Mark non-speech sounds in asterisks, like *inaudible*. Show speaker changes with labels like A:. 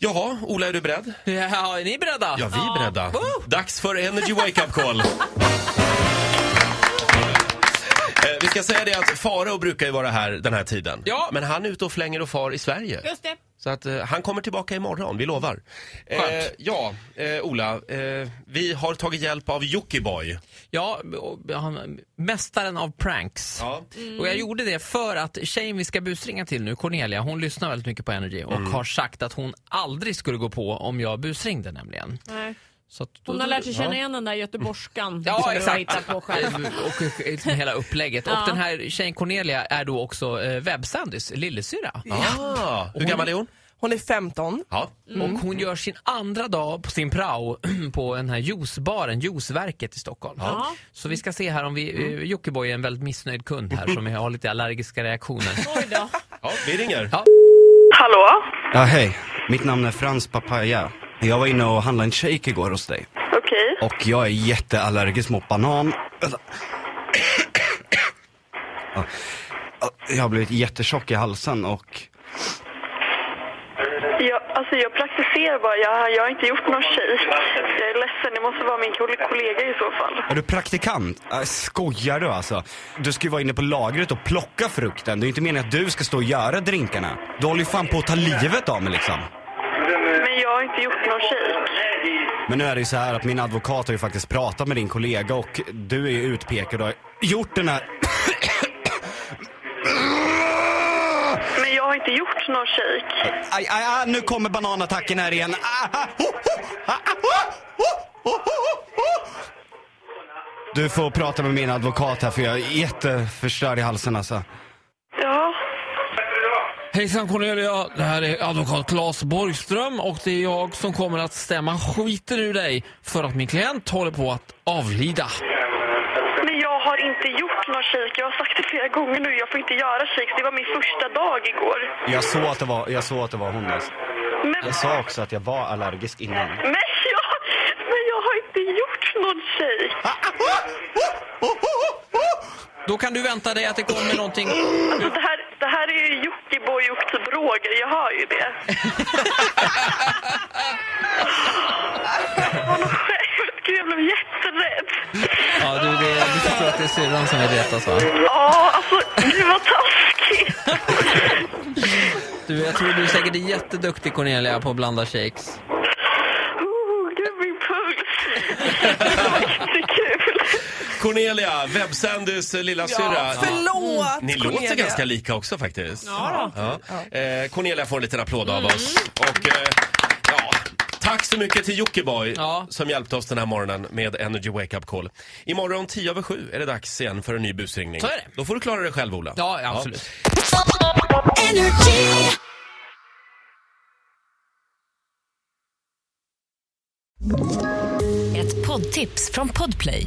A: Jaha, Ola, är du beredd?
B: Ja, är ni beredda?
A: Ja, vi är beredda. Dags för Energy Wake Up *laughs* Call. Eh, Vi ska säga det att Farao brukar ju vara här den här tiden.
B: Ja.
A: Men han är ute och flänger och far i Sverige.
C: Just det.
A: Så att eh, han kommer tillbaka imorgon, vi lovar. Eh,
B: Skönt.
A: ja, eh, Ola, eh, vi har tagit hjälp av Jockiboi.
B: Ja, och han, mästaren av pranks.
A: Ja.
B: Och jag gjorde det för att tjejen vi ska busringa till nu, Cornelia, hon lyssnar väldigt mycket på Energy och
A: Mm.
B: har sagt att hon aldrig skulle gå på om jag busringde nämligen.
C: Nej.
B: Så att då-
C: Hon har lärt sig känna igen den där göteborgskan
B: Ja,
C: som du har
B: exakt.
C: hittat på själv.
B: *laughs* och och liksom hela upplägget.
C: Ja.
B: Och den här tjejen Cornelia är då också eh, webbsändis lillasyrra.
A: Ah, hur gammal är hon?
D: Hon är 15.
A: Ja.
B: Och hon gör sin andra dag på sin prao *clears throat* på den här juicebaren, juiceverket i Stockholm.
C: Ja.
B: Så vi ska se här om vi, eh, Jockiboi är en väldigt missnöjd kund här som har lite allergiska reaktioner.
C: Oj då.
A: ja, vi ringer.
B: Ja.
E: Hallå?
F: Ja, hej. Mitt namn är Frans Papaya. Jag var inne och handlade en shake igår hos dig.
E: Okej.
F: Och jag är jätteallergisk mot banan. Vänta. Ja. Ja, Jag har blivit jättetjock i halsen och...
E: Jag, alltså jag praktiserar bara. Jag, jag har inte gjort någon shake. Jag är ledsen. Det måste vara min kol- kollega i så fall.
F: Är du praktikant? Äh, Skojar du alltså? Du ska ju vara inne på lagret och plocka frukten. Det är ju inte meningen att du ska stå och göra drinkarna. Du håller ju fan på att ta livet av mig liksom.
E: Men jag har inte gjort någon shake.
F: Men nu är det ju så här att min advokat har ju faktiskt pratat med din kollega och du är ju utpekad och har gjort den här...
E: Men jag har inte gjort någon shake.
F: Aj, aj, aj, nu kommer bananattacken här igen. Ah, ah, ho, ho, ah, ah, ho, ho, ho, ho, ho. Du får prata med min advokat här för jag är jätteförstörd i halsen alltså.
E: Ja.
B: *laughs* Hejsan Cornelia, det här är advokat Claes Borgström och det är jag som kommer att stämma skiten ur dig för att min klient håller på att avlida.
E: Men jag har inte gjort någon shake. Jag har sagt det flera gånger nu. Jag får inte göra shakes. Det var min första dag igår.
F: Jag såg att det var, jag såg att det var hon alltså.
E: Men,
F: Jag sa också att jag var allergisk innan.
E: men, jag, men jag har inte gjort någon shake.
B: Då kan du vänta dig att det kommer *laughs* någonting.
E: Alltså det här, det här är ju Jockiboi och typ Roger. Jag hör ju det. Åh, vad skönt. Gud, jag blev jätterädd.
B: Ja, du, det, du förstår att det är syrran som är retas va?
E: Ja, alltså gud vad taskigt.
B: Du, jag tror du säkert är jätteduktig Cornelia på att blanda shakes.
E: Oh, gud, min puls. Det var jättekul.
A: Cornelia, webbsändis eh, lilla syrra.
D: Förlåt!
A: Ni
D: Cornelia.
A: låter ganska lika också faktiskt.
C: Ja
A: Ja. Eh, Cornelia får en liten applåd
B: Mm.
A: av oss. Och, eh, ja, tack så mycket till Jockiboi
B: Ja.
A: som hjälpte oss den här morgonen med Energy Wake Up Call. Imorgon 10 över 7 är det dags igen för en ny busringning.
B: Så är det.
A: Då får du klara dig själv, Ola.
B: Ja, ja, absolut.
G: Ett poddtips från Podplay.